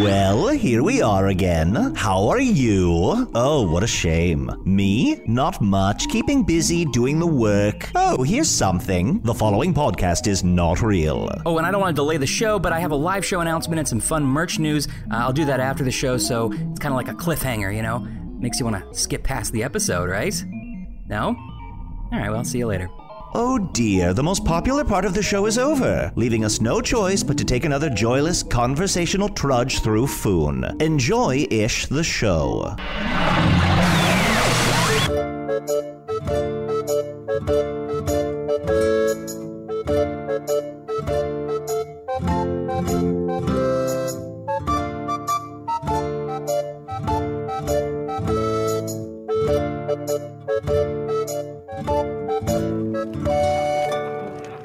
Well, here we are again. How are you? Oh, what a shame. Me? Not much. Keeping busy doing the work. Oh, here's something. The following podcast is not real. Oh, and I don't want to delay the show, but I have a live show announcement and some fun merch news. Uh, I'll do that after the show, so it's kind of like a cliffhanger, you know? Makes you want to skip past the episode, right? No? All right, well, see you later. Oh dear, the most popular part of the show is over, leaving us no choice but to take another joyless conversational trudge through Foon. Enjoy ish the show.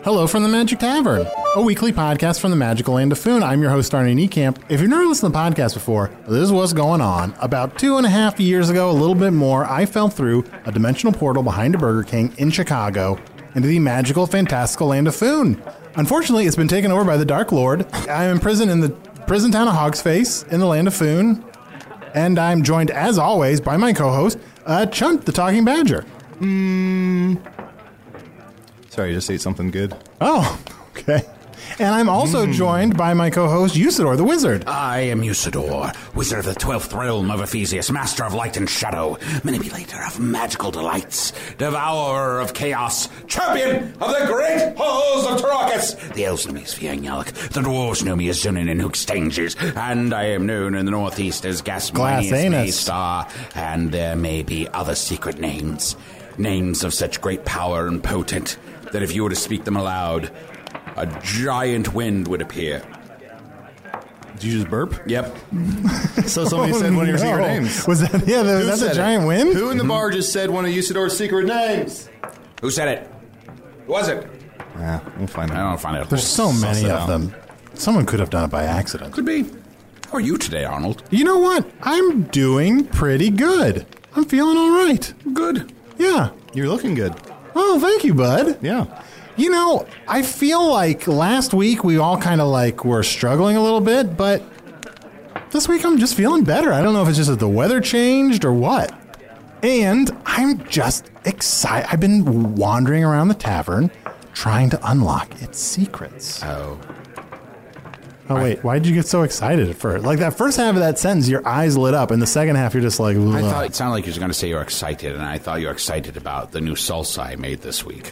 Hello from the Magic Tavern, a weekly podcast from the magical land of Foon. I'm your host, Arnie Niekamp. If you've never listened to the podcast before, this is what's going on. About two and a half years ago, a little bit more, I fell through a dimensional portal behind a Burger King in Chicago into the magical, fantastical land of Foon. Unfortunately, it's been taken over by the Dark Lord. I'm in prison in the prison town of Hogsface in the land of Foon, and I'm joined, as always, by my co-host, uh, Chunt the Talking Badger. Sorry, I just ate something good. Oh, okay. And I'm also Hmm. joined by my co-host Usador the Wizard. Ah, I am Usador, wizard of the twelfth realm of Ephesius, master of light and shadow, manipulator of magical delights, devourer of chaos, champion of the great halls of Tarakas. The elves know me as Fiangyalak, the dwarves know me as Zunin and Hookstanges, and I am known in the northeast as Glass Gasminius anus. Maystar, and there may be other secret names. Names of such great power and potent that if you were to speak them aloud, a giant wind would appear. Did you just burp? Yep. So somebody said one of your secret Oh, no. names. Was that yeah? Who Was that said the it? giant wind? Who in the bar just said one of Usador's secret names? Who said it? Who was it? Yeah, we'll find I out. don't find out. There's so many it of out. them. Someone could have done it by accident. Could be. How are you today, Arnold? You know what? I'm doing pretty good. I'm feeling all right. Good. Yeah. You're looking good. Oh, thank you, bud. Yeah. You know, I feel like last week we all kind of like were struggling a little bit, but this week I'm just feeling better. I don't know if it's just that the weather changed or what. And I'm just excited. I've been wandering around the tavern trying to unlock its secrets. Oh. Oh, wait. Why did you get so excited at first? Like that first half of that sentence, your eyes lit up, and the second half, you're just like, I "Ugh." thought it sounded like you were going to say you were excited, and I thought you were excited about the new salsa I made this week.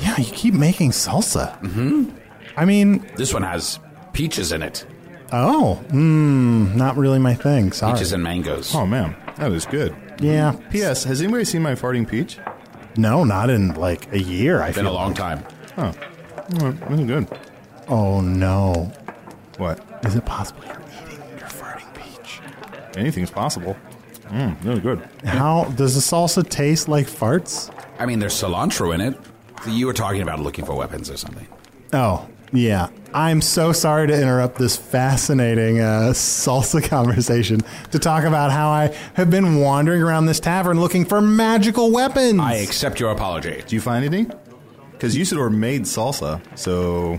yeah, you keep making salsa. Mm-hmm. I mean, This one has peaches in it, oh, mm, not really my thing. Sorry. peaches and mangoes. Oh man, that is good. yeah. P.S. Has anybody seen my farting peach? No, not in like a year. I Been a feel. long time. Oh, oh that's good. Oh no! What? Is it possible you're eating your farting peach? Anything's possible. Mm, really good. How does the salsa taste like farts? I mean, there's cilantro in it. You were talking about looking for weapons or something. Oh, Yeah. I'm so sorry to interrupt this fascinating uh, salsa conversation to talk about how I have been wandering around this tavern looking for magical weapons. I accept your apology. Do you find anything? Because Usador made salsa, so.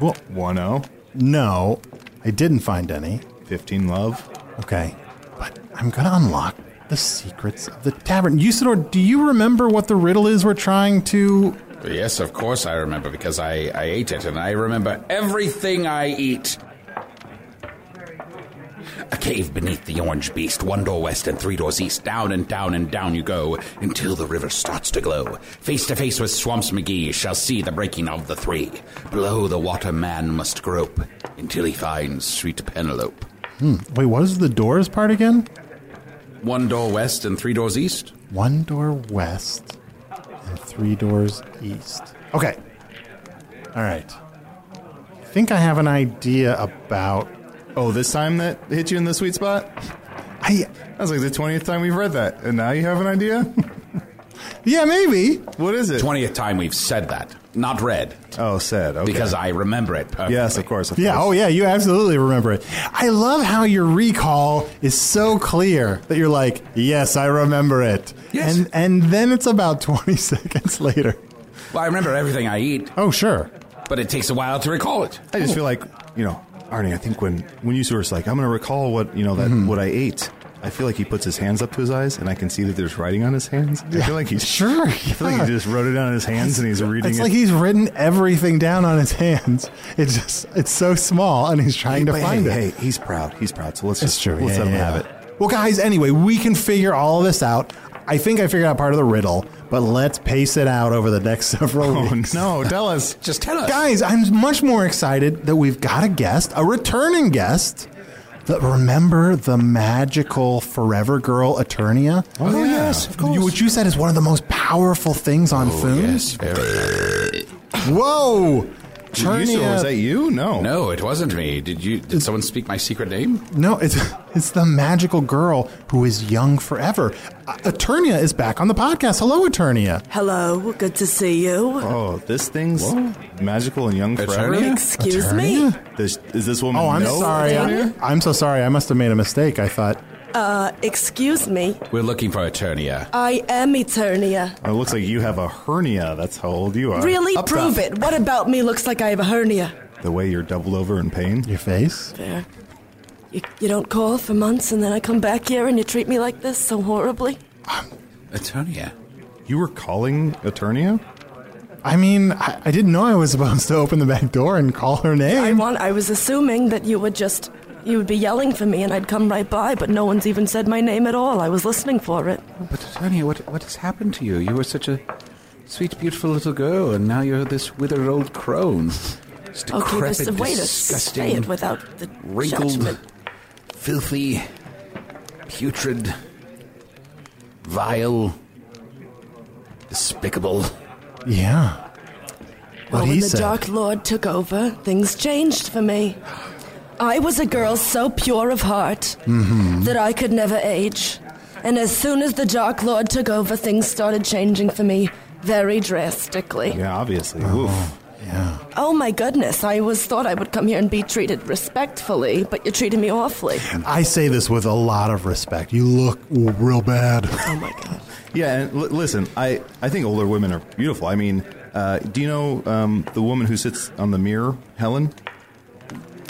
Well, 1 0, no, I didn't find any. 15 love. Okay. But I'm going to unlock the secrets of the tavern. Usador, do you remember what the riddle is we're trying to. Yes, of course I remember because I, I ate it and I remember everything I eat. A cave beneath the orange beast, one door west and three doors east. Down and down and down you go until the river starts to glow. Face to face with Swamps McGee shall see the breaking of the three. Below the water man must grope until he finds sweet Penelope. Wait, what is the doors part again? One door west and three doors east. One door west and three doors east. Okay. All right. I think I have an idea about. Oh, this time that hit you in the sweet spot? I, That's like the 20th time we've read that, and now you have an idea? yeah, maybe. what is it? 20th time we've said that. Not read. Oh, sad. Okay. Because I remember it perfectly. Yes, of course. Of Yeah, course. oh yeah, you absolutely remember it. I love how your recall is so clear that you're like, yes, I remember it. Yes. And and then it's about 20 seconds later. Well, I remember everything I eat, Oh, sure. but it takes a while to recall it. I Oh. just feel like you know, Arnie. I think when when you were like, I'm going to recall what you know that Mm-hmm. what I ate. I feel like he puts his hands up to his eyes, and I can see that there's writing on his hands. I feel like he's Sure, I feel like yeah. he just wrote it on his hands, and he's reading It's it. like he's written everything down on his hands. It's just it's so small and he's trying to But find hey, it. Hey, he's proud. He's proud. So let's It's just true. let's yeah, let him yeah. have it. Well, guys, anyway, we can figure all this out. I think I figured out part of the riddle, but let's pace it out over the next several Oh weeks. no, tell us. Just tell us. Guys, I'm much more excited that we've got a guest, a returning guest. The, remember the magical Forever Girl Eternia? Oh, yes, of course. what you said is one of the most powerful things Oh, on Foon. Oh, Yes, very. Whoa! Usador, was Eternia- that you? No. No, it wasn't me. Did you? Did someone speak my secret name? No, it's it's the magical girl who is young forever. Uh, Eternia is back on the podcast. Hello, Eternia. Hello, good to see you. Oh, this thing's magical and young forever. Eternia? Excuse me? Eternia? Does, is this woman? Oh, I'm know sorry. I, Eternia? I'm so sorry. I must have made a mistake. I thought. Excuse me. We're looking for Eternia. I am Eternia. Oh, it looks like you have a hernia. That's how old you are. Really? Up Prove top. it. What about me looks like I have a hernia? The way you're doubled over in pain. Your face. There. You, you don't call for months and then I come back here and you treat me like this so horribly? Eternia. You were calling Eternia? I mean, I, I didn't know I was supposed to open the back door and call her I name. want I was assuming that you would just you would be yelling for me and I'd come right by, but no one's even said my name at all. I was listening for it. But Eternia, what what has happened to you? You were such a sweet, beautiful little girl, and now you're this withered old crone. Just Okay, decrepit, just the way to say disgusting, it without the wrinkled, judgment. filthy, putrid, vile, despicable. yeah. Well, What when he the said. Dark Lord took over, things changed for me. I was a girl so pure of heart Mm-hmm. that I could never age. And as soon as the Dark Lord took over, things started changing for me very drastically. Yeah, obviously. Oof. Yeah. Oh my goodness, I was thought I would come here and be treated respectfully, but you treated me awfully. I say this with a lot of respect. You look real bad. Oh my god. Yeah, and l- listen, I, I think older women are beautiful. I mean, uh, do you know um, the woman who sits on the mirror, Helen?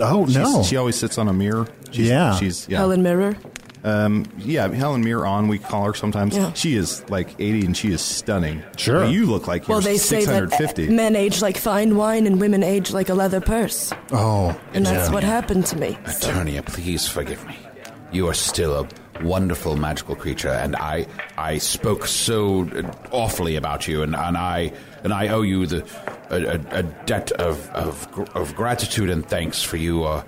Oh no. She's- She always sits on a mirror. She's, Yeah. She's, yeah. Helen Mirror. Yeah, Helen Mirror on, we call her sometimes. Yeah. She is like 80 and she is stunning. Sure. I mean, you look like you're Well, they say that uh, 650. men age like fine wine and women age like a leather purse. oh. And that's yeah. what happened to me. Eternia, please forgive me. You are still a wonderful magical creature, and I I spoke so uh, awfully about you, and, and I and I owe you the a, a, a debt of, of gr- of gratitude and thanks for you are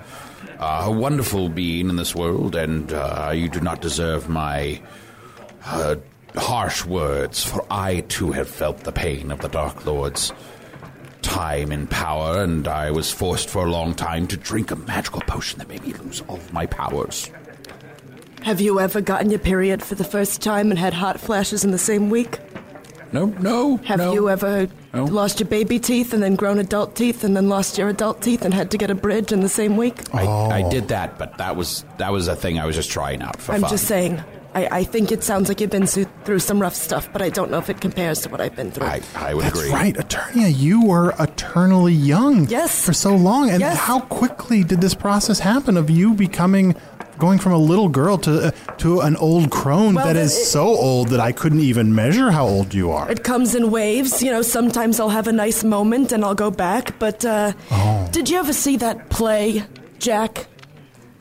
uh, a wonderful being in this world, and uh, you do not deserve my uh, harsh words, for I too have felt the pain of the Dark Lord's time in power, and I was forced for a long time to drink a magical potion that made me lose all of my powers. Have you ever gotten your period for the first time and had hot flashes in the same week? no, no. Have no. you ever No. lost your baby teeth and then grown adult teeth and then lost your adult teeth and had to get a bridge in the same week? I, I did that, but that was that was a thing I was just trying out for I'm fun. just saying. I, I think it sounds like you've been su- through some rough stuff, but I don't know if it compares to what I've been through. I, I would That's agree. right, Eternia. You were eternally young. Yes. For so long, and Yes. how quickly did this process happen of you becoming, going from a little girl to uh, to an old crone Well, that the- is it- so old that I couldn't even measure how old you are. It comes in waves. You know, sometimes I'll have a nice moment and I'll go back. But uh, Oh. did you ever see that play, Jack,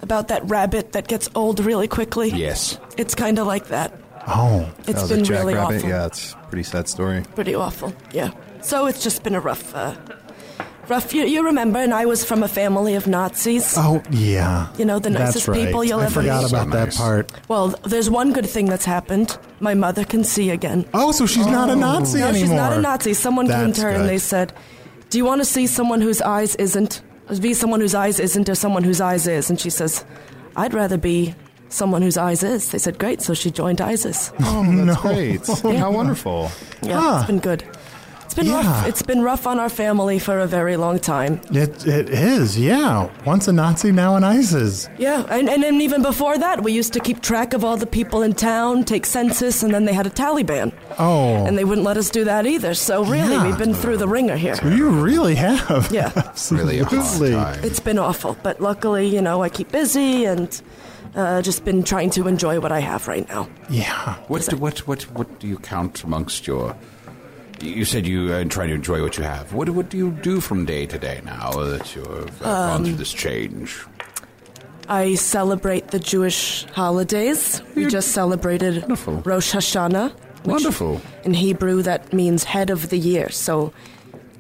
about that rabbit that gets old really quickly? Yes. It's kind of like that. oh, It's That was been a really jackrabbit. awful. Yeah, it's a pretty sad story. Pretty awful. Yeah. So it's just been a rough, uh, rough. You, you remember? And I was from a family of Nazis. oh, yeah. You know, the That's nicest right. people you'll I ever forgot meet. about So that nice. part. Well, there's one good thing that's happened. My mother can see again. Oh, so she's not a Nazi no, anymore. she's not a Nazi. Someone came That's to her good. and they said, "Do you want to see someone whose eyes isn't? Be someone whose eyes isn't, or someone whose eyes is?" And she says, "I'd rather be someone whose eyes is." They said, "Great." So she joined ISIS. Oh, that's great. How wonderful. Yeah, Huh. it's been good. It's been Yeah. rough. It's been rough on our family for a very long time. It, it is, yeah. Once a Nazi, now an ISIS. Yeah, and, and then even before that, we used to keep track of all the people in town, take census, and then they had a Taliban, Oh, and they wouldn't let us do that either. So really, Yeah. we've been through the ringer here. you really have. Yeah. Really a Absolutely. hard time. It's been awful, but luckily, you know, I keep busy and uh, just been trying to enjoy what I have right now. Yeah. What do, what what what do you count amongst your? You said you uh, try to enjoy what you have. What what do you do from day to day now that you've uh, Um, gone through this change? I celebrate the Jewish holidays. We just celebrated Wonderful. Rosh Hashanah. which Wonderful. In Hebrew, that means head of the year. So,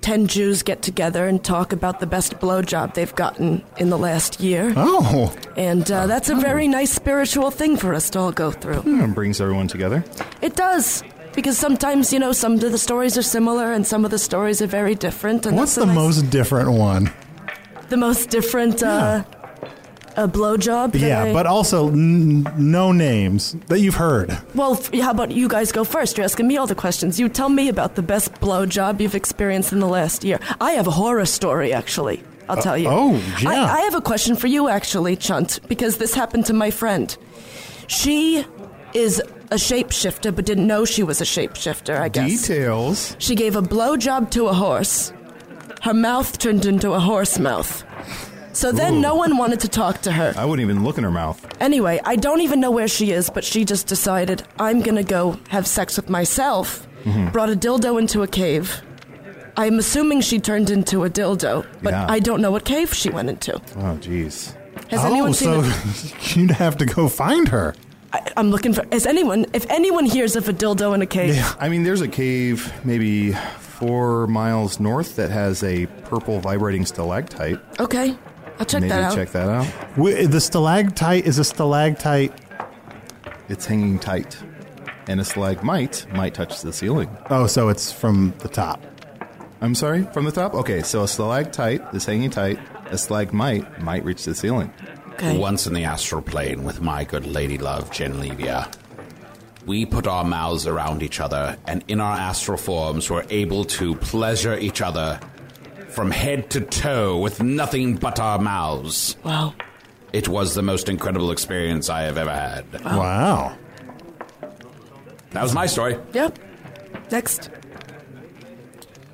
10 Jews get together and talk about the best blowjob they've gotten in the last year. Oh, And uh, that's a very nice spiritual thing for us to all go through. It brings everyone together. It does. Because sometimes, you know, some of the stories are similar and some of the stories are very different. And what's that's the nice- most different one? the most different uh, uh, blowjob? that Yeah, I- but also n- no names that you've heard. Well, f- how about you guys go first? You're asking me all the questions. You tell me about the best blowjob you've experienced in the last year. I have a horror story, actually. I'll tell you. oh, yeah. I, I have a question for you, actually, Chunt, because this happened to my friend. She is a shapeshifter, but didn't know she was a shapeshifter, I guess. Details. She gave a blowjob to a horse. Her mouth turned into a horse mouth. So then no one wanted to talk to her. I wouldn't even look in her mouth. Anyway, I don't even know where she is, but she just decided I'm gonna go have sex with myself. Mm-hmm. Brought a dildo into a cave. I'm assuming she turned into a dildo, but Yeah. I don't know what cave she went into. Oh, jeez. Has oh, anyone seen? so it? you'd have to go find her. I, I'm looking for. Has anyone? If anyone hears of a dildo in a cave, I mean, there's a cave maybe four miles north that has a purple vibrating stalactite. okay, I'll check Maybe that out. check that out. Wi- The stalactite is a stalactite. It's hanging tight. And a stalagmite might touch the ceiling. Oh, so it's from the top. I'm sorry, from the top? Okay, so a stalactite is hanging tight. A stalagmite might reach the ceiling. Okay. Once in the astral plane with my good lady love, Genlevia, we put our mouths around each other, and in our astral forms, were able to pleasure each other from head to toe with nothing but our mouths. Wow. It was the most incredible experience I have ever had. Oh. Wow. That was my story. Yep. Next.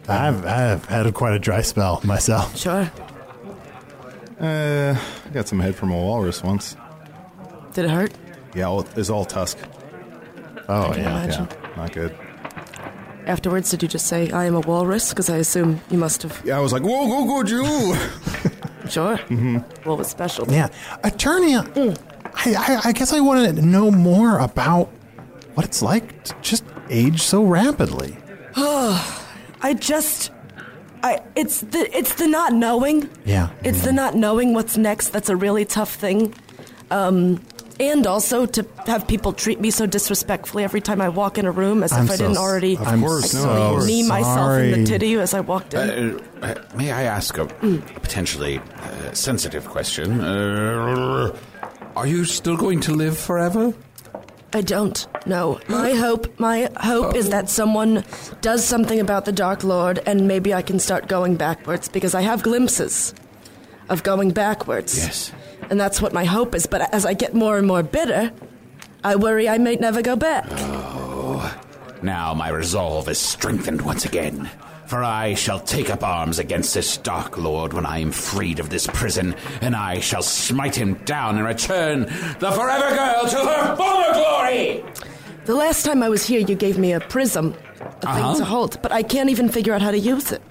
I've, I've had quite a dry spell myself. Sure. Uh, I got some head from a walrus once. Did it hurt? Yeah, all- it's all tusk. Oh, can yeah. imagine. Yeah, not good. Afterwards, did you just say, I am a walrus? Because I assume you must have. Yeah, I was like, whoa, go, go, Jew! Sure. Mm-hmm. What was special? Yeah. Eternia, I, I, I guess I want to know more about what it's like to just age so rapidly. I just. I, it's the it's the not knowing. Yeah. It's the not knowing what's next that's a really tough thing. Um, and also to have people treat me so disrespectfully every time I walk in a room as if I didn't already I'm course, no, so of course. knee myself sorry. in the titty as I walked in. Uh, uh, may I ask a potentially uh, sensitive question? Uh, are you still going to live forever? I don't know. My hope, my hope is that someone does something about the Dark Lord, and maybe I can start going backwards because I have glimpses of going backwards. Yes. And that's what my hope is. But as I get more and more bitter, I worry I may never go back. Now my resolve is strengthened once again, for I shall take up arms against this Dark Lord when I am freed of this prison, and I shall smite him down and return the Forever Girl to her former glory! The last time I was here, you gave me a prism, a Uh-huh. thing to hold, but I can't even figure out how to use it.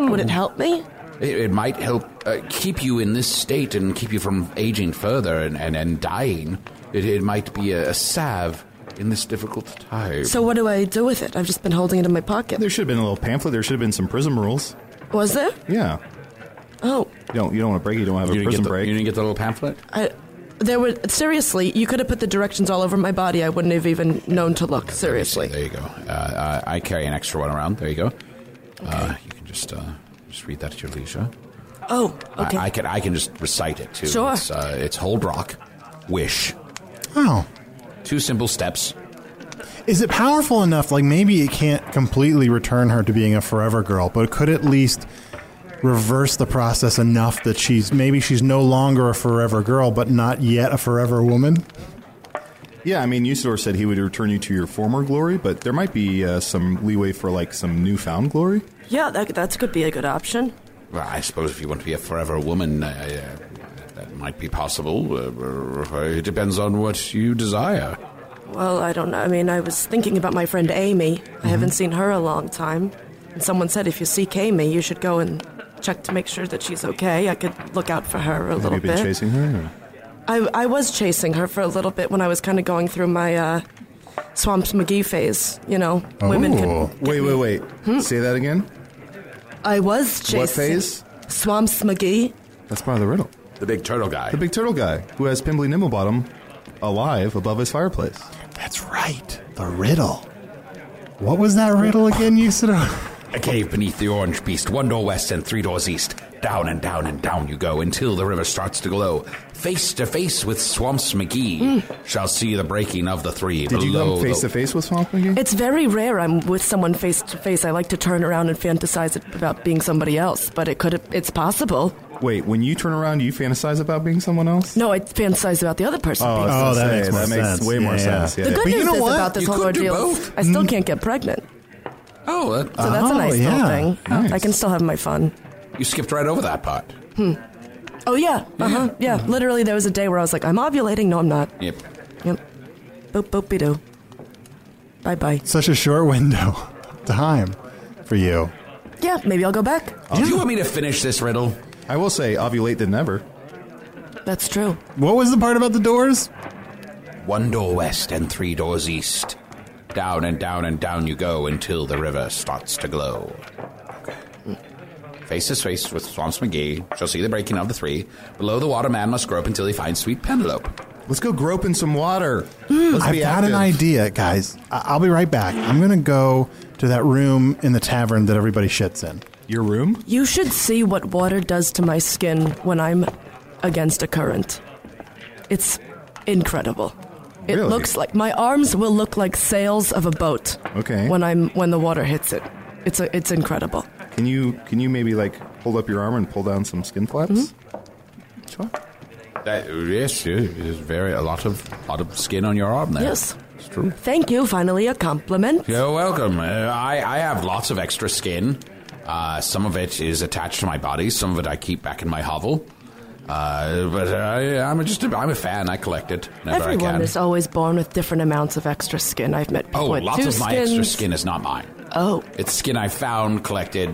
Would it help me? It, it might help uh, keep you in this state and keep you from aging further and, and, and dying. It, it might be a, a salve in this difficult time. So what do I do with it? I've just been holding it in my pocket. There should have been a little pamphlet. There should have been some prism rules. Was there? Yeah. Oh, You don't, you don't want to break. it, You don't have a you didn't, prism get the, break. you didn't get the little pamphlet? I. There were seriously, you could have put the directions all over my body. I wouldn't have even known to look. Seriously. There you go. Uh, I, I carry an extra one around. There you go. Uh, you can just uh, just read that at your leisure. Oh, okay. I, I can I can just recite it too. Sure. It's, uh, it's hold rock, wish. Oh. Two simple steps. Is it powerful enough? Like maybe it can't completely return her to being a forever girl, but could at least reverse the process enough that she's maybe she's no longer a forever girl, but not yet a forever woman. Yeah, I mean, Usador said he would return you to your former glory, but there might be uh, some leeway for like some newfound glory. yeah, that, that could be a good option. Well, I suppose if you want to be a forever woman, uh, uh, that might be possible. Uh, uh, it depends on what you desire. Well, I don't know. I mean, I was thinking about my friend Amy. I Mm-hmm. haven't seen her a long time. And someone said if you seek Amy, you should go and check to make sure that she's okay. I could look out for her a Have little you been bit. chasing her? or- I, I was chasing her for a little bit when I was kind of going through my uh, Swamps McGee phase. You know, women Oh. can. Wait, wait, wait. Say that again. I was Hmm. chasing. What phase? Swamps McGee. That's part of the riddle. The big turtle guy. The big turtle guy who has Pimbly Nimblebottom alive above his fireplace. That's right. The riddle. What was that riddle again, Usador? A cave beneath the orange beast, one door west and three doors east. Down and down and down you go until the river starts to glow. Face to face with Swamps McGee shall see the breaking of the three. Hmm. Did you below come face the- to face with Swamp McGee? It's very rare I'm with someone face to face. I like to turn around and fantasize about being somebody else, but it could. It's possible. Wait, when you turn around, you fantasize about being someone else? No, I fantasize about the other person. being Oh, I was that gonna makes say, more that makes sense. way more Yeah, yeah. sense. The Yeah. The good But you news know is what? about this You whole could do ordeal. both. I still can't get pregnant, Oh, that, so that's Oh, a nice yeah. little thing. Nice. I can still have my fun. you skipped right over that part. Oh yeah, uh huh, yeah. Literally, there was a day where I was like, "I'm ovulating." No, I'm not. Yep. Yep. Boop boop be doo. Bye bye. Such a short window of time for you. Yeah, maybe I'll go back. Do you want me to finish this riddle? I will say, ovulate than never. That's true. What was the part about the doors? One door west and three doors east. Down and down and down you go until the river starts to glow. Face to face with Swamps McGee shall see the breaking of the three. Below the water, man must grope until he finds sweet Penelope. Let's go grope in some water. Hmm. Let's I've be got active. an idea, guys. I- I'll be right back. I'm going to go to that room in the tavern that everybody shits in. Your room? You should see what water does to my skin when I'm against a current. It's incredible. It Really? looks like my arms will look like sails of a boat. Okay. When I'm when the water hits it, it's a, it's incredible. Can you can you maybe like hold up your arm and pull down some skin flaps? Mm-hmm. Sure. That, yes, yeah, there's very a lot of lot of skin on your arm there. Yes. it's true. Thank you. Finally, a compliment. You're welcome. Uh, I I have lots of extra skin. Uh, some of it is attached to my body. Some of it I keep back in my hovel. Uh, but I, I'm just a, I'm a fan. I collect it whenever I Everyone can. is always born with different amounts of extra skin. I've met people oh, with lots two of my extra skins. skin is not mine. Oh, It's skin I found, collected,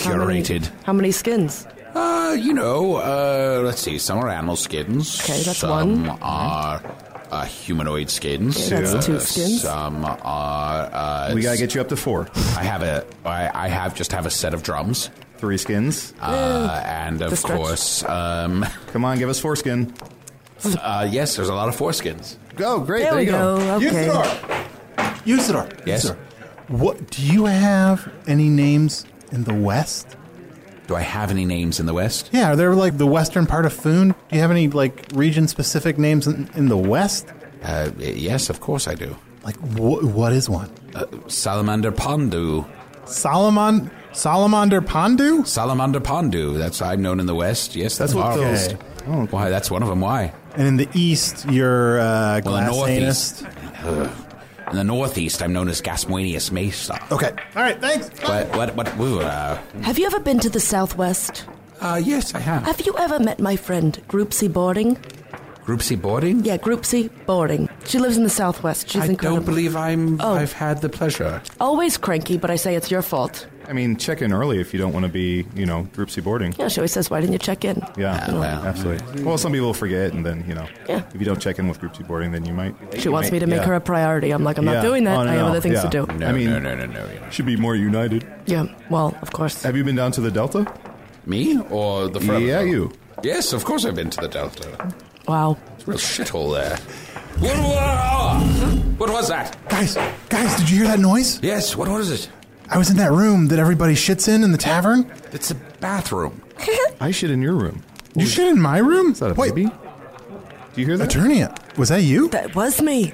how many- curated. How many skins? Uh, you know, uh, let's see. Some are animal skins. Okay, that's some one. are uh, humanoid skins. Okay, that's Uh, two skins. Some are. um, Uh, We gotta get you up to four. I have a. I, I have just have a set of drums, Three skins. uh, and of The stretch. course, um, Come on, give us four skin. uh, yes, there's a lot of foreskins. Go, great. There There, we you go. go, okay. Usador! Usador. Yes? Usador. What do you have any names in the West? Do I have any names in the West? Yeah, are there like the western part of Foon? Do you have any like region specific names in, in the West? Uh, yes, of course I do. Like, wh- what is one? Uh, salamander Pandu. Solomon, Salamander Pandu? Salamander Pandu. That's I'm known in the West. Yes, That's the what Marvels. those- Oh. Why? That's one of them. Why? And in the east, you're uh, Well, the glass anus. Northeast. Ugh. In the Northeast, I'm known as Gasmoenius Mesa. Okay. All right. Thanks. What? What? What? ooh, uh, Have you ever been to the Southwest? uh, yes, I have. Have you ever met my friend, Groupsy Boarding? Group C boarding. Yeah, Groupsy Boarding. She lives in the Southwest. She's I incredible. don't believe I'm. Oh. I've had the pleasure. Always cranky, but I say it's your fault. I mean, check in early if you don't want to be, you know, group C boarding. Yeah, she always says, why didn't you check in? Yeah, Ah, well. absolutely. Well, some people forget, and then you know, Yeah. if you don't check in with group C boarding, then you might. She wants me to make her a priority. I'm like, I'm not doing that. I have other things to do. Oh, No, I mean, no, no, no, no. yeah. should be more united. Yeah, well, of Uh, course. Have you been down to the Delta? Me or the front? Yeah, you. Yes, of course I've been to the Delta. Wow. It's a real shithole there. What, what, what was that? Guys, guys, did you hear that noise? Yes, what was it? I was in that room that everybody shits in in the tavern. It's a bathroom. I shit in your room. You shit in my room? Is that a Wait, baby? Do you hear that? Eternia, was that you? That was me.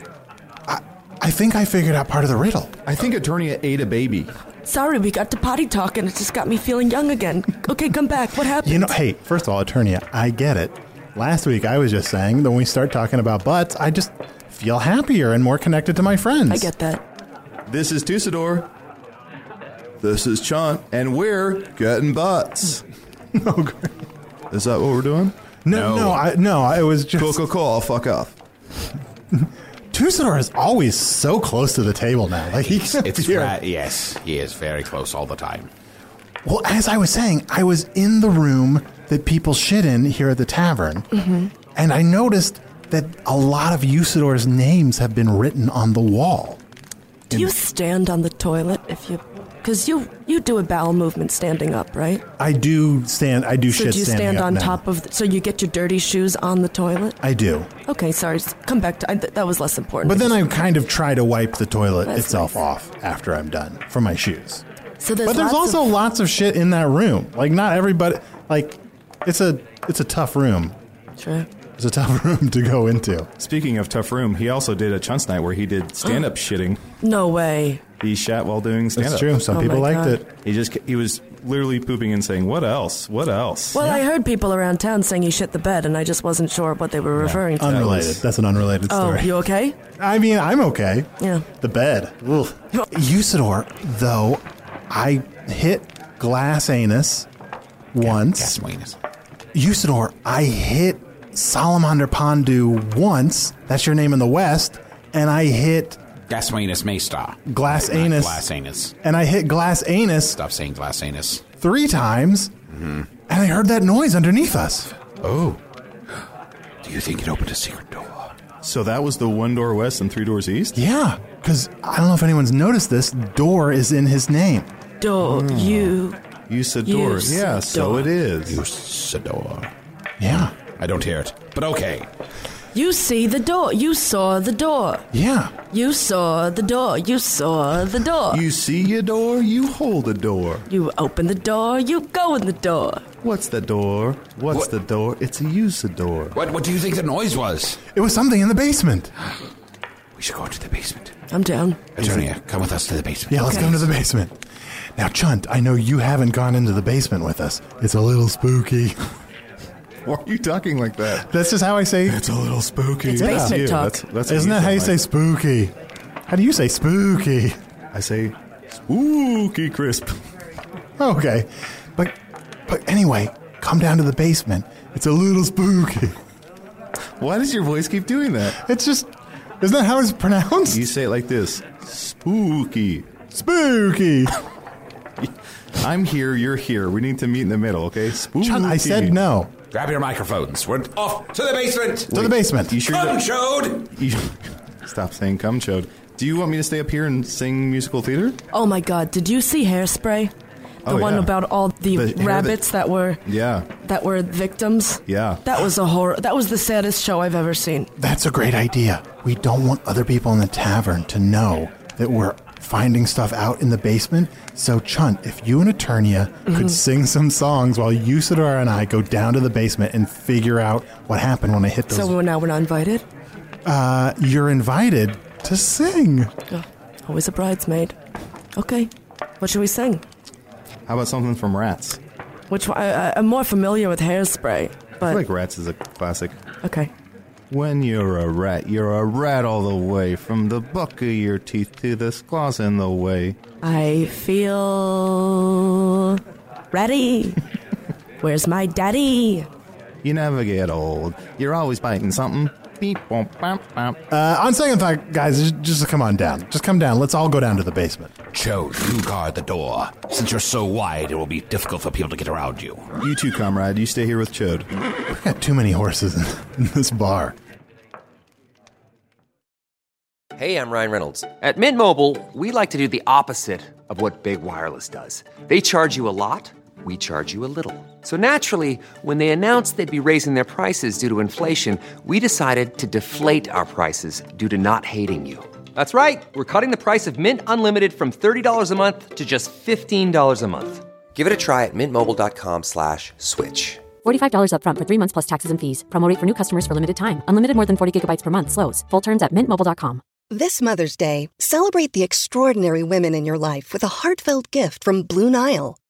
I think I figured out part of the riddle. I think Eternia ate a baby. Sorry, we got to potty talk and it just got me feeling young again. Okay, come back. What happened? You know, hey, first of all, Eternia, I get it. Last week I was just saying that when we start talking about butts, I just feel happier and more connected to my friends. I get that. This is Tusador. This is Chant, and we're getting butts. Oh, Is that what we're doing? No, no, No. I, no I was just. Cool, cool, cool. I'll fuck off. Tusador is always so close to the table now. Like he can It's appear- ra- yes, he is very close all the time. Well, as I was saying, I was in the room that people shit in here at the tavern, Mm-hmm. and I noticed that a lot of Usador's names have been written on the wall. Do you stand on the toilet if you. Because you, you do a bowel movement standing up, right? I do stand. I do So shit do you standing stand up on now. top of. The, so you get your dirty shoes on the toilet? I do, Okay, sorry. s- Come back to. I, th- that was less important. but then I kind of try to wipe the toilet That's itself nice. off after I'm done for my shoes. So there's but there's lots also of- lots of shit in that room. Like not everybody. Like it's a it's a tough room. Sure. It's a tough room to go into. Speaking of tough room, he also did a Chunts night where he did stand up shitting. No way. He shat while doing stand up. That's true. Some Oh people my liked God. it. He just he was literally pooping and saying, "What else? What else?" Well, I heard people around town saying he shit the bed, and I just wasn't sure what they were referring to. Unrelated. That's an unrelated Oh, story. you okay? I mean, I'm okay. Yeah. The bed. Ugh. Usador, though, I hit glass anus once. Gasmoenus. Usador, I hit Salamander Pondu once. That's your name in the West. And I hit Gasmoenus Maestar. glass Not anus. Glass anus. And I hit glass anus Stop saying glass anus. three times. And I heard that noise underneath us. Oh. Do you think it opened a secret door? so that was the one door west and three doors east. Yeah. Because I don't know if anyone's noticed this. Door is in his name. Do Hmm. you? You said door. You yeah, said so door. it is. Usador. Yeah. I don't hear it. But okay. You see the door. You saw the door. Yeah. You saw the door. You saw the door. You see a door, you hold a door. You open the door. You go in the door. What's the door? What's What- the door? It's a Usador. What, what do you think the noise was? It was something in the basement. We should go into the basement. I'm down. Eternia, come with us to the basement. Yeah, let's go into the basement. Now, Chunt, I know you haven't gone into the basement with us. It's a little spooky. Why are you talking like that? That's just how I say. It's a little spooky. It's basement you. talk. That's, that's Isn't that how you say spooky? How do you say spooky? I say spooky crisp. Okay, but but anyway, come down to the basement. It's a little spooky. Why does your voice keep doing that? It's just isn't that how it's pronounced? You say it like this. Spooky. Spooky. I'm here, you're here. We need to meet in the middle, okay? Spooky. Chunt, I said no Grab your microphones. We're off to the basement. to the basement. You sure Come, that- Chode! you, Stop saying cum chode. Do you want me to stay up here and sing musical theater? Oh my God! Did you see hairspray? The Oh, one yeah. about all The the, hair that- rabbits that were Yeah. that were victims. Yeah. That was a horror. That was the saddest show I've ever seen. That's a great idea. We don't want other people in the tavern to know that we're finding stuff out in the basement. So, Chunt, if you and Eternia could sing some songs while Usador and I go down to the basement and figure out what happened when I hit those. So we're now we're not invited. uh, you're invited to sing. oh, Always a bridesmaid. Okay, what should we sing? How about something from Rats? Which one- I, I, I'm more familiar with hairspray, I but feel like Rats is a classic. okay. When you're a rat, you're a rat all the way, from the buck of your teeth to the claws in the way. I feel ready. Where's my daddy? You never get old. You're always biting something. Beep, bump, bump, bump. Uh, on second thought, guys, just, just come on down. Just come down. Let's all go down to the basement. Cho, you guard the door. Since you're so wide, it will be difficult for people to get around you. You too, comrade. You stay here with Chode. I got too many horses in, in this bar. Hey, I'm Ryan Reynolds. At Mint Mobile, we like to do the opposite of what Big Wireless does. They charge you a lot, we charge you a little. So naturally, when they announced they'd be raising their prices due to inflation, we decided to deflate our prices due to not hating you. That's right. We're cutting the price of Mint Unlimited from $30 a month to just $15 a month. Give it a try at mintmobile.com slash switch. $45 upfront for three months plus taxes and fees. Promo rate for new customers for limited time. Unlimited more than 40 gigabytes per month. Slows. Full terms at mintmobile.com. This Mother's Day, celebrate the extraordinary women in your life with a heartfelt gift from Blue Nile.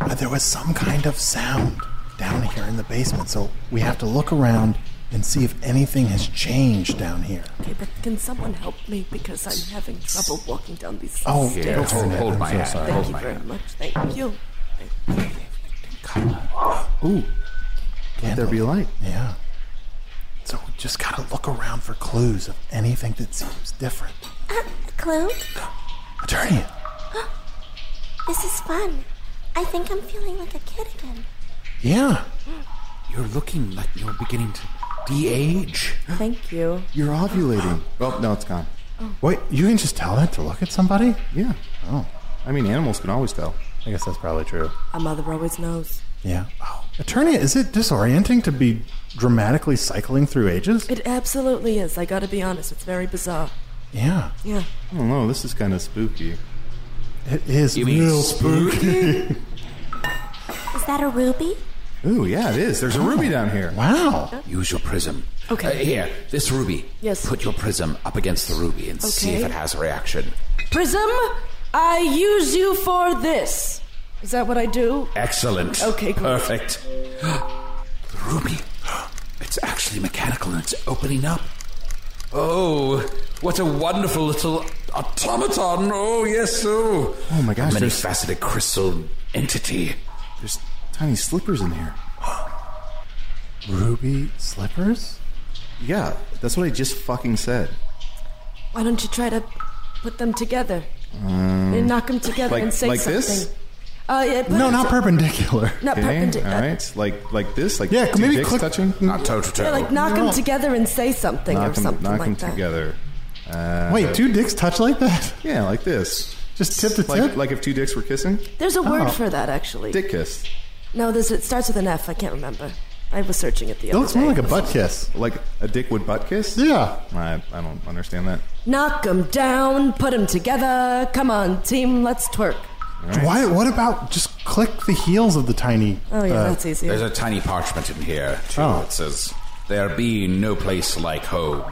Uh, there was some kind of sound down here in the basement, so we have to look around and see if anything has changed down here. Okay, but can someone help me because I'm having trouble walking down these Oh, stairs. yeah, hold- hold my hand, Thank you very much. Thank you. Ooh, Let there be light. yeah. So we just gotta look around for clues of anything that seems different. Clue? Attorney, This is fun. I think I'm feeling like a kid again. yeah. You're looking like you're beginning to de-age. Thank you. You're ovulating. Oh, no, it's gone. Wait, you can just tell that to look at somebody? Yeah. Oh, I mean, animals can always tell. I guess that's probably true. A mother always knows. Yeah. Oh. Attorney, is it disorienting to be dramatically cycling through ages? It absolutely is. I gotta be honest. It's very bizarre. Yeah. Yeah. I don't know. This is kind of spooky. It is You mean real spooky. Is that a ruby? Ooh, yeah, it is. There's a ruby down here. Oh. wow. Use your prism. Okay. Uh, here, this ruby. Yes. Put your prism up against the ruby and see if Okay. it has a reaction. Prism, I use you for this. Is that what I do? Excellent. Okay, great. Perfect. the ruby. It's actually mechanical and it's opening up. Oh, what a wonderful little automaton. Oh, yes, oh. Oh my gosh, A many there's- faceted crystal entity. There's tiny slippers in here. Ruby slippers? Yeah, that's what I just fucking said. Why don't you try to put them together? and knock them together Mm. like- and say like something. this? Uh, yeah, put No, it not to- perpendicular. Not Okay, perpendicular. all right. Like like this, like Yeah, two maybe dicks click- touching. Not toe to toe. Yeah, like knock them No. together and say something or knock 'em- something knock like 'em that. together. Uh, Wait, two dicks touch like that? Yeah, like this. Just tip to Like tip? like if two dicks were kissing, There's a word Oh. for that actually. dick kiss. No, there's it starts with an F. I can't remember. I was searching it the It other looks more day. like a butt kiss. Like a dick would butt kiss. Yeah. I, I don't understand that. Knock them down, put them together. Come on, team, let's twerk. Why? What about just click the heels of the tiny? Oh yeah, uh, that's easier. There's a tiny parchment in here, too. Oh. It says, There be no place like home.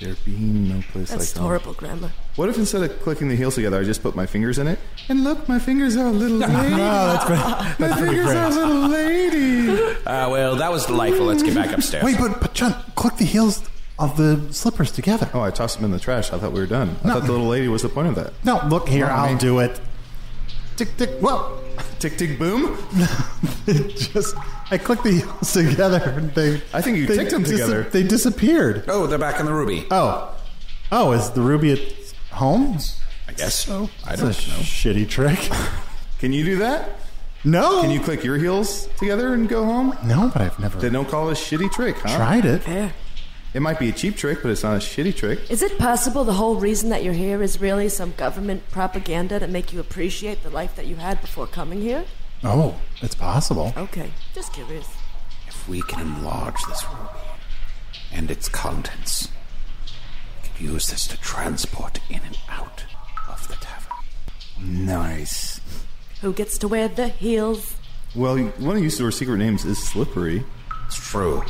There being no place That's like horrible grammar. What if instead of clicking the heels together, I just put my fingers in it? And look, my fingers are a little lady. Oh, that's great. my fingers are a little lady. Ah, well, that was delightful. Let's get back upstairs. Wait, but but John, click the heels of the slippers together. Oh, I tossed them in the trash. I thought we were done. I No. thought the little lady was the point of that. No, look here. Not I'll me. do it. Tick tick. Well, Tick tick boom. it just I clicked the heels together. And they. I think you they ticked them dis- together. They disappeared. Oh, they're back in the ruby. Oh, oh, is the ruby at home? I guess so. I That's don't know. a shitty trick. Can you do that? no. Can you click your heels together and go home? No, but I've never They don't call it a shitty trick, huh? tried it. Fair. It might be a cheap trick, but it's not a shitty trick. Is it possible the whole reason that you're here is really some government propaganda to make you appreciate the life that you had before coming here? Oh, it's possible. Okay, just curious. If we can enlarge this ruby and its contents, we could use this to transport in and out of the tavern. Nice. Who gets to wear the heels? Well, one of Usador's secret names is Slippery. It's true.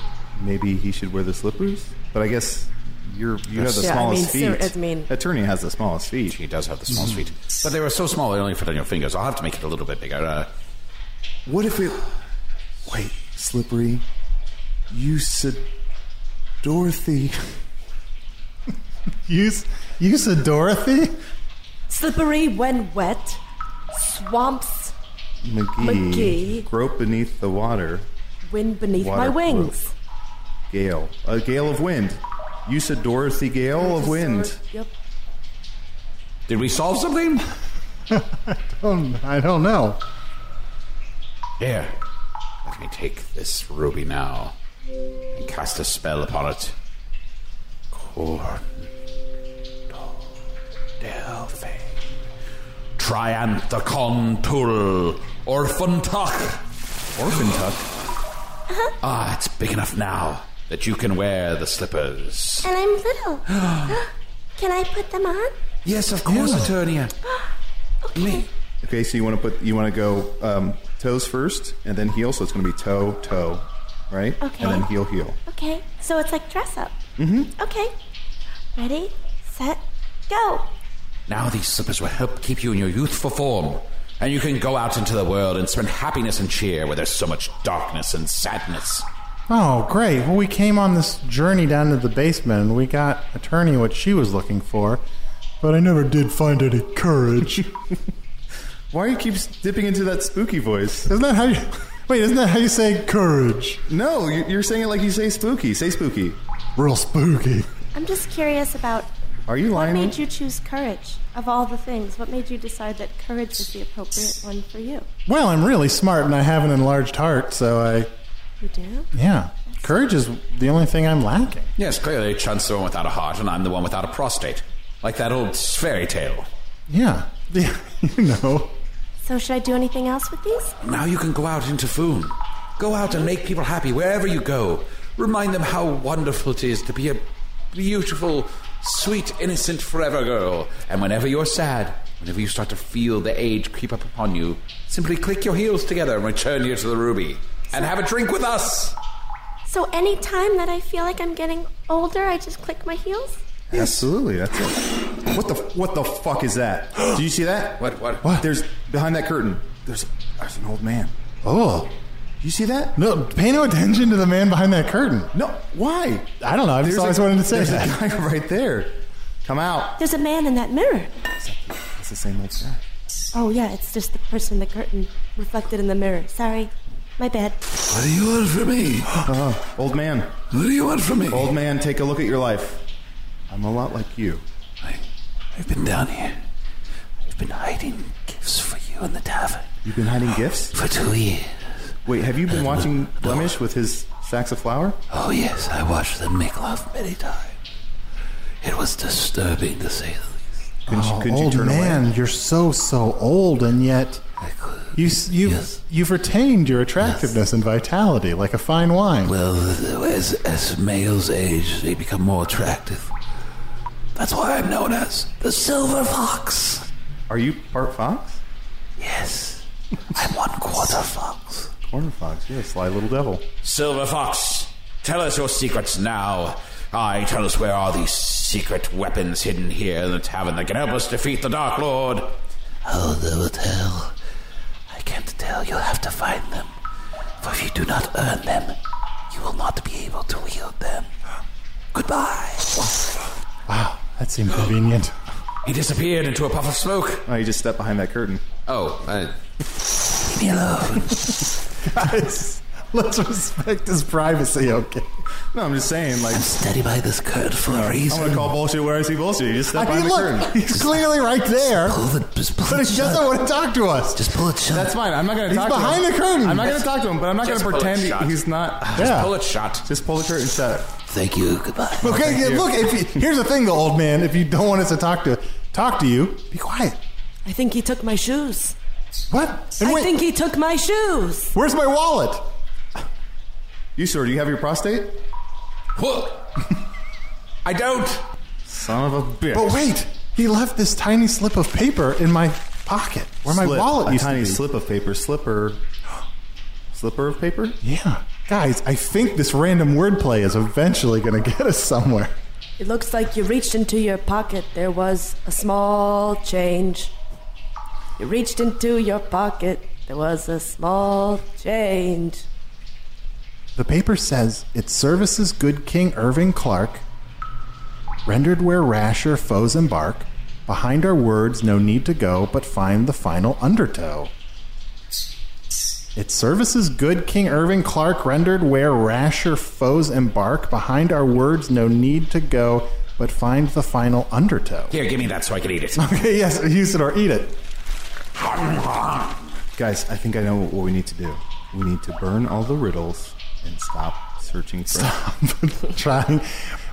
Maybe he should wear the slippers, but I guess you're you have the Yeah, I smallest mean, ser- feet. I mean- Attorney has the smallest feet. She does have the smallest feet, but they were so small they only fit on your fingers. I'll have to make it a little bit bigger. Uh, What if it? Wait, Slippery, Usadorothy. Use use a Dorothy. Slippery when wet, swamps McGee, McGee. grope beneath the water. wind beneath my Waterproof. wings. Gale, a gale of wind. Usadorothy gale of wind. Yep. did we solve something? Um, I don't know. Here, let me take this ruby now and cast a spell upon it. Corn. Delphi. Trianthacon Tool. Orphan Tuck. Orphan Tuck? ah, it's big enough now that you can wear the slippers. And I'm little. Can I put them on? Yes, of course, Eternia. Me. Okay, so you want to put you want to go um, toes first, and then heel. So it's going to be toe, toe, right? Okay. And then heel, heel. Okay, so it's like dress up. Mm-hmm. Okay. Ready, set, go. Now these slippers will help keep you in your youthful form, and you can go out into the world and spread happiness and cheer where there's so much darkness and sadness. Oh, great. Well, we came on this journey down to the basement and we got attorney what she was looking for, but I never did find any courage. Why you keep dipping into that spooky voice? Isn't that how you? Wait, isn't that how you say courage? No, you- you're saying it like you say spooky. Say spooky. Real spooky. I'm just curious about Are you what lying? made you choose courage of all the things. What made you decide that courage was the appropriate one for you? Well, I'm really smart and I have an enlarged heart, so I You do? yeah. Courage is the only thing I'm lacking. Yes, clearly, Chun's the one without a heart, and I'm the one without a prostate. Like that old fairy tale. Yeah. Yeah, you know. So should I do anything else with these? Now you can go out into Foon. Go out and make people happy wherever you go. Remind them how wonderful it is to be a beautiful, sweet, innocent forever girl. And whenever you're sad, whenever you start to feel the age creep up upon you, simply click your heels together and return here to the ruby. And have a drink with us! So any time that I feel like I'm getting older, I just click my heels? Absolutely, that's it. What the what the fuck is that? Do you see that? What what what? There's behind that curtain. There's there's an old man. Oh. You see that? No, pay no attention to the man behind that curtain. No, why? I don't know. I've just There's always a- wanted to say there's that. a guy right there. Come out. There's a man in that mirror. It's the same old guy. Oh yeah, it's just the person in the curtain reflected in the mirror. Sorry. My bad. What do you want from me? Uh-huh. old man. What do you want from me? Old man, take a look at your life. I'm a lot like you. I've been down here. I've been hiding gifts for you in the tavern. You've been hiding gifts for two years. Wait, have you been watching Blemish with his sacks of flour? Oh, yes, I watched them make love many times. It was disturbing to say the Couldn't, you- Oh, couldn't you old turn away? man, you're so so old, and yet you s- you've you've retained your attractiveness and vitality like a fine wine. Well, as, as males age, they become more attractive. That's why I'm known as the Silver Fox. Are you part fox? Yes, I'm one quarter fox. Corner fox, yeah, sly little devil. Silver Fox, tell us your secrets now. Aye, tell us where are these secret weapons hidden here in the tavern that can help us defeat the Dark Lord? Oh, they will tell. I can't tell. You'll have to find them. For if you do not earn them, you will not be able to wield them. Goodbye. Wow, that seemed convenient. He disappeared into a puff of smoke. Oh, you just stepped behind that curtain. Oh, I... Leave me alone, guys. Let's respect his privacy, okay? No, I'm just saying, like. I'm steady by this curtain for a reason. I'm gonna call bullshit where I see bullshit. You just step I behind mean, the look, curtain. he's clearly right there, but he doesn't want to talk to us. Just pull it shut. That's fine. I'm not gonna He's talk to him. behind the curtain. I'm not gonna talk to him, but I'm not Just gonna pull it pretend shut. he's not. Just Yeah. pull it shut. Just pull the curtain shut. Thank you. Goodbye. Okay, yeah, look. If you, here's the thing, though, old man. If you don't want us to talk to talk to you, be quiet. I think he took my shoes. What? I think he took my shoes. Where's my wallet? You, sir, do you have your prostate? What? I don't. Son of a bitch. But wait, he left this tiny slip of paper in my pocket where my Slip, wallet a used tiny to be. slip of paper, slipper, slipper of paper. Yeah, guys, I think this random wordplay is eventually going to get us somewhere. It looks like you reached into your pocket. There was a small change. You reached into your pocket. There was a small change. The paper says it services good King Irving Clark, rendered where rash or foes embark. Behind our words, no need to go, but find the final undertow. It services good King Irving Clark, rendered where rash or foes embark. Behind our words, no need to go, but find the final undertow. Here, give me that so I can eat it. Okay, yes, use it or eat it. Guys, I think I know what we need to do. We need to burn all the riddles and stop searching for. trying.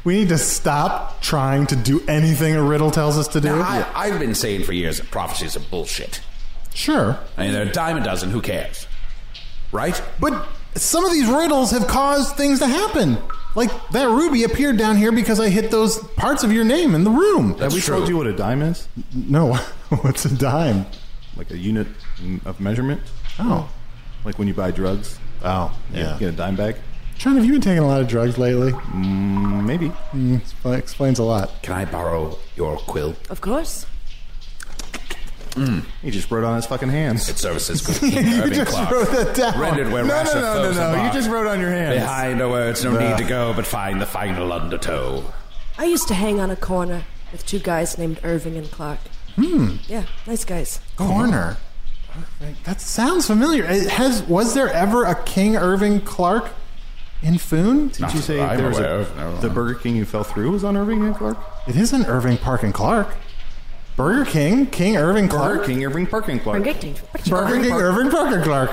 We need to stop trying to do anything a riddle tells us to do. Now, I, I've been saying for years that prophecies are bullshit. Sure. I mean, they're a dime a dozen. Who cares? Right? But some of these riddles have caused things to happen. Like that ruby appeared down here because I hit those parts of your name in the room. Have we told you what a dime is? No, what's a dime? Like a unit mm, of measurement. Oh. Like when you buy drugs. Oh, yeah. You get a dime bag. Sean, have you been taking a lot of drugs lately? Mm, maybe. that explains a lot. Can I borrow your quill? Of course. He just wrote on his fucking hands. It services good King You Irving just Clark. wrote that down. Rendered where No, no, rash of no, no, foes no. You embark. just wrote on your hands. Behind the words, no Nah. need to go, but find the final undertow. I used to hang on a corner with two guys named Irving and Clark. Hmm. Yeah, nice guys. Corner. That sounds familiar. It has. Was there ever a King Irving Clark in Foon? Did you say there was a, the Burger King you fell through was on Irving and Clark? It is in Irving Park and Clark. Burger King, King Irving Clark. Burger King, Irving Park and Clark. Burger King. Burger King, Irving Park and Clark.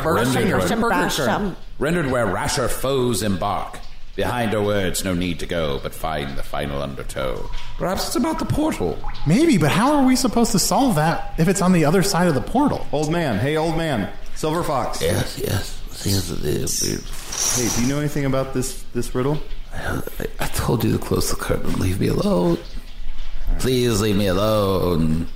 Rendered where rasher foes embark. Behind her words, no need to go, but find the final undertow. Perhaps it's about the portal. Maybe, but how are we supposed to solve that if it's on the other side of the portal? Old man. Hey, old man. Silver Fox. Yes, yes. Hey, do you know anything about this this riddle? I, I told you to close the curtain. Leave me alone. Please leave me alone.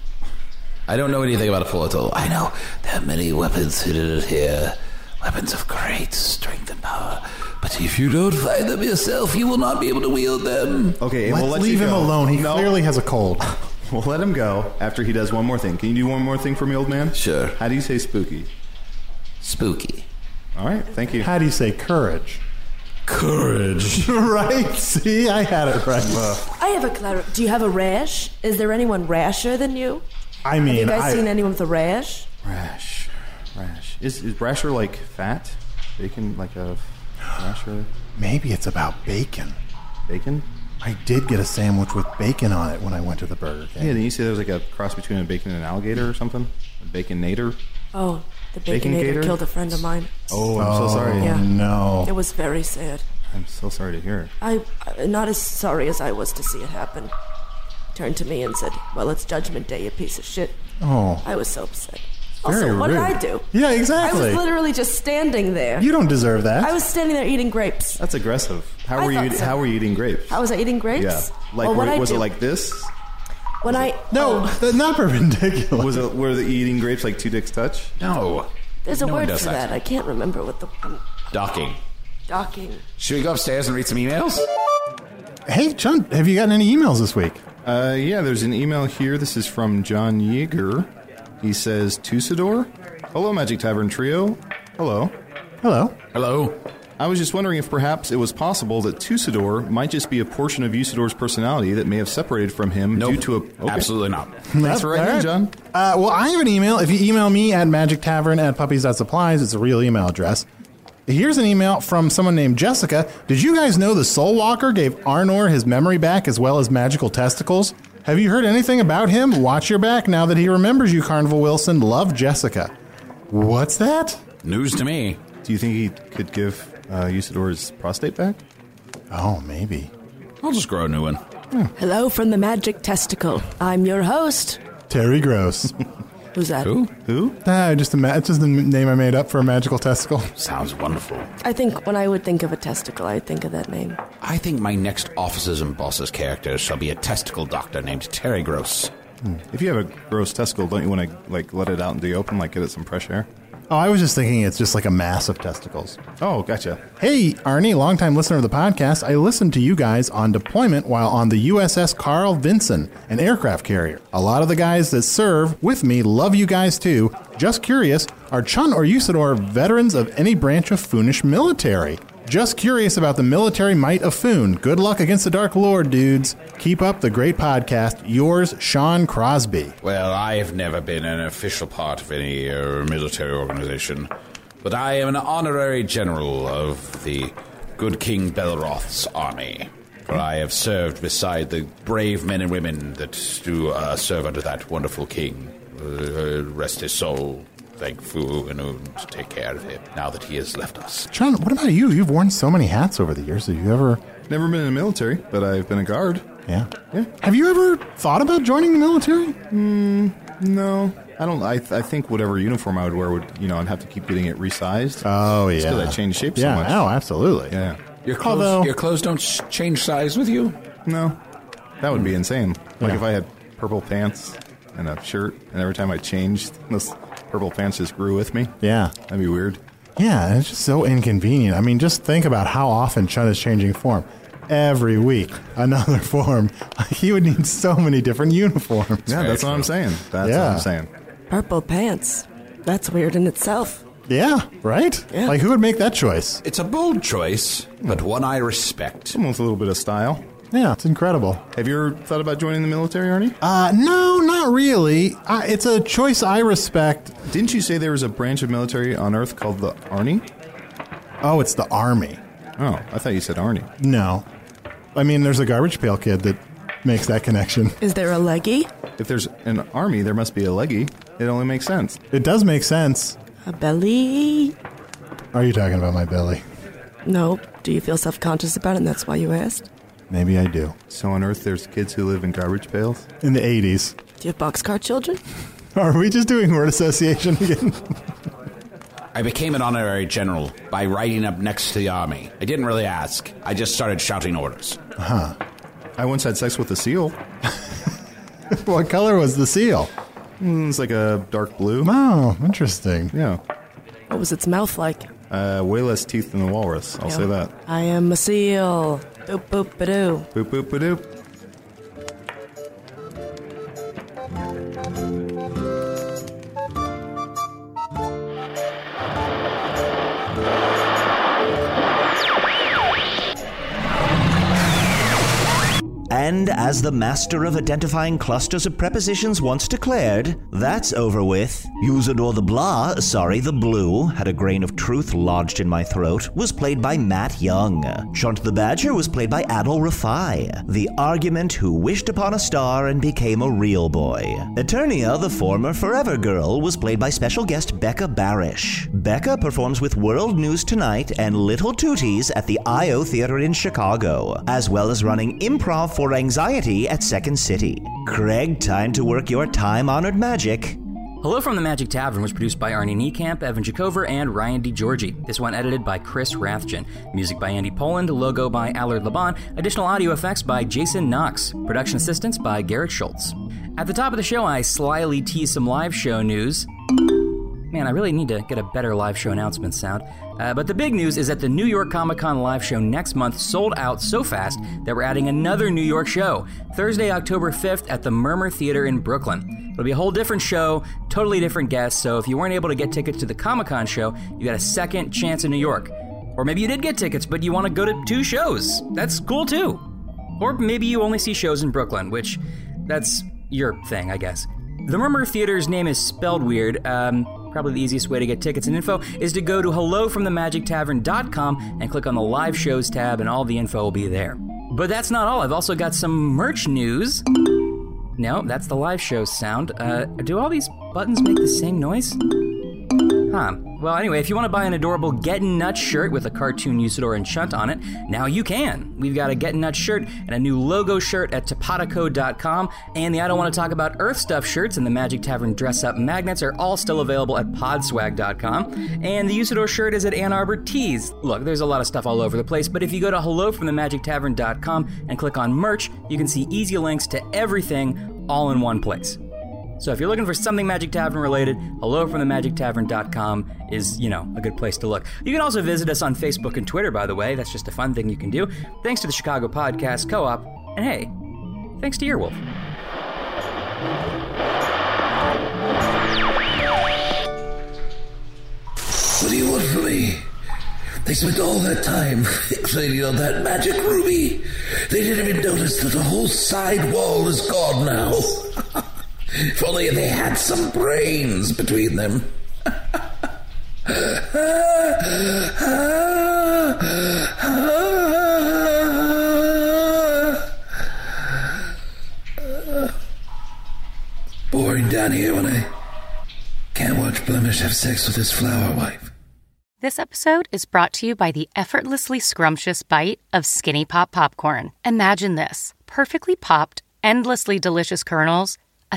I don't know anything about a portal. I know there are many weapons hidden in here, weapons of great strength and power. But if you don't find them yourself, you will not be able to wield them. Okay, Let's we'll let leave you him go. alone. He No. clearly has a cold. We'll let him go after he does one more thing. Can you do one more thing for me, old man? Sure. How do you say spooky? Spooky. All right, thank you. How do you say courage? Courage. right? See, I had it right. I have a clar- Do you have a rash? Is there anyone rasher than you? I mean, have you guys I- seen anyone with a rash? Rash. Rash. Is, is rasher like fat? Bacon like a rasher? Maybe it's about bacon. Bacon? I did get a sandwich with bacon on it when I went to the Burger King. Yeah, then you say there's like a cross between a bacon and an alligator or something? A bacon nader? Oh, the Bacon baconator gator? killed a friend of mine. Oh, I'm so sorry. Yeah. no. It was very sad. I'm so sorry to hear. I, I not as sorry as I was to see it happen. Turned to me and said, "Well, it's Judgment Day, you piece of shit." Oh. I was so upset. Very also, what did rude. I do? Yeah, I exactly. was literally just standing there. You don't deserve that. I was standing there eating grapes. That's aggressive. How I were you? thought so. How were you eating grapes? How was I eating grapes? Yeah, like Well, were- what I was it do- like this? When I Oh, no, that's not perpendicular. Was it were the eating grapes like two dicks touch? No. there's a No one word does for that. that. I can't remember what the Docking. docking. Should we go upstairs and read some emails? Hey, John, have you gotten any emails this week? Uh, yeah, there's an email here. This is from John Yeager. He says, Tusador? Hello, Magic Tavern Trio. Hello. Hello. Hello. I was just wondering if perhaps it was possible that Tusador might just be a portion of Usador's personality that may have separated from him due to a. Okay. Absolutely not. Thanks for writing, in, John. Uh, well, I have an email. If you email me at magic tavern at puppies.supplies, it's a real email address. Here's an email from someone named Jessica. Did you guys know the Soul Walker gave Arnor his memory back as well as magical testicles? Have you heard anything about him? Watch your back now that he remembers you, Carnival Wilson. Love Jessica. What's that? News to me. Do you think he could give uh, Usador's prostate back? Oh, maybe. I'll just grow a new one. Hello from the Magic Testicle. I'm your host. Terry Gross. Who's that? Who? Ah, just a ma- it's just the m- name I made up for a magical testicle. Sounds wonderful. I think when I would think of a testicle, I'd think of that name. I think my next Officers and Bosses character shall be a testicle doctor named Terry Gross. If you have a gross testicle, don't you want to like let it out into the open, like get it some fresh air? Oh, I was just thinking it's just like a mass of testicles. Oh, gotcha. Hey, Arnie, longtime listener of the podcast. I listened to you guys on deployment while on the USS Carl Vinson, an aircraft carrier. A lot of the guys that serve with me love you guys too. Just curious, are Chun or Usador veterans of any branch of Foonish military? Just curious about the military might of Foon. Good luck against the Dark Lord, dudes. Keep up the great podcast. Yours, Sean Crosby. Well, I have never been an official part of any uh, military organization, but I am an honorary general of the good King Belroth's army. For I have served beside the brave men and women that do uh, serve under that wonderful king. Uh, rest his soul. Thank Fu and Un to take care of him now that he has left us. Chun, what about you? You've worn so many hats over the years. Have you ever. Never been in the military, but I've been a guard. Yeah. Have you ever thought about joining the military? Mm, no. I don't. I, I think whatever uniform I would wear would, you know, I'd have to keep getting it resized. Oh Just 'cause yeah. I changed shape Yeah, so much. oh, absolutely. Yeah. Your clothes, Although- your clothes don't sh- change size with you? No. That would be insane. Like Yeah. if I had purple pants and a shirt, and every time I changed, those purple pants just grew with me. Yeah. That'd be weird. Yeah, and it's just so inconvenient. I mean, just think about how often Chun is changing form. Every week, another form. He would need so many different uniforms. yeah, that's what I'm saying. That's what Yeah. I'm saying. Purple pants. That's weird in itself. Yeah, right? Yeah. Like, who would make that choice? It's a bold choice, but one I respect. Someone with a little bit of style. Yeah, it's incredible. Have you ever thought about joining the military, Arnie? Uh, no, not really. I, it's a choice I respect. Didn't you say there was a branch of military on Earth called the Arnie? Oh, it's the Army. Oh, I thought you said Arnie. No. I mean, there's a garbage pail kid that makes that connection. Is there a leggy? If there's an army, there must be a leggy. It only makes sense. It does make sense. A belly? Are you talking about my belly? No. Do you feel self conscious about it and that's why you asked? Maybe I do. So on Earth, there's kids who live in garbage pails? In the 80s. Do you have boxcar children? Are we just doing word association again? I became an honorary general by riding up next to the army. I didn't really ask. I just started shouting orders. Huh. I once had sex with a seal. what color was the seal? Mm, It's like a dark blue. Oh, interesting. Yeah. What was its mouth like? Uh, way less teeth than the walrus. I'll Yeah. say that. I am a seal. Boop boop ba doo. Boop, boop, ba doop. And as the master of identifying clusters of prepositions once declared, that's over with. Usador the Blah, sorry, the Blue, had a grain of truth lodged in my throat, was played by Matt Young. Chunt the Badger was played by Adol Rafai, the argument who wished upon a star and became a real boy. Eternia, the former Forever Girl, was played by special guest Becca Barish. Becca performs with World News Tonight and Little Tooties at the IO Theater in Chicago, as well as running Improv for Anxiety at Second City. Craig, time to work your time honored magic. Hello from the Magic Tavern was produced by Arnie Niekamp, Evan Jacover, and Ryan DiGiorgi. This one edited by Chris Rathjen. Music by Andy Poland, logo by Allard Laban, additional audio effects by Jason Knox, production assistance by Garrett Schultz. At the top of the show, I slyly tease some live show news. Man, I really need to get a better live show announcement sound. Uh, but the big news is that the New York Comic Con live show next month sold out so fast that we're adding another New York show, Thursday, October 5th at the Murmur Theater in Brooklyn. It'll be a whole different show, totally different guests, so if you weren't able to get tickets to the Comic Con show, you got a second chance in New York. Or maybe you did get tickets, but you want to go to two shows. That's cool too. Or maybe you only see shows in Brooklyn, which that's your thing, I guess. The Murmur Theater's name is spelled weird. Um, probably the easiest way to get tickets and info is to go to hellofromthemagictavern.com and click on the live shows tab, and all the info will be there. But that's not all. I've also got some merch news. No, that's the live show sound. Uh, do all these buttons make the same noise? Huh. Well, anyway, if you want to buy an adorable Gettin' Nuts shirt with a cartoon Usador and Chunt on it, now you can. We've got a Gettin' Nuts shirt and a new logo shirt at Topatico.com, and the I Don't Want to Talk About Earth Stuff shirts and the Magic Tavern dress up magnets are all still available at Podswag.com, and the Usador shirt is at Ann Arbor Tees. Look, there's a lot of stuff all over the place, but if you go to HelloFromTheMagicTavern.com and click on merch, you can see easy links to everything all in one place. So if you're looking for something Magic Tavern related, hello from the magictavern.com is, you know, a good place to look. You can also visit us on Facebook and Twitter, by the way. That's just a fun thing you can do. Thanks to the Chicago Podcast Co-op, and hey, thanks to Earwolf. What do you want from me? They spent all that time fixating on that magic ruby. They didn't even notice that the whole side wall is gone now. if only they had some brains between them. Boring down here when I can't watch Blemish have sex with his flower wife. This episode is brought to you by the effortlessly scrumptious bite of Skinny Pop popcorn. Imagine this perfectly popped, endlessly delicious kernels, a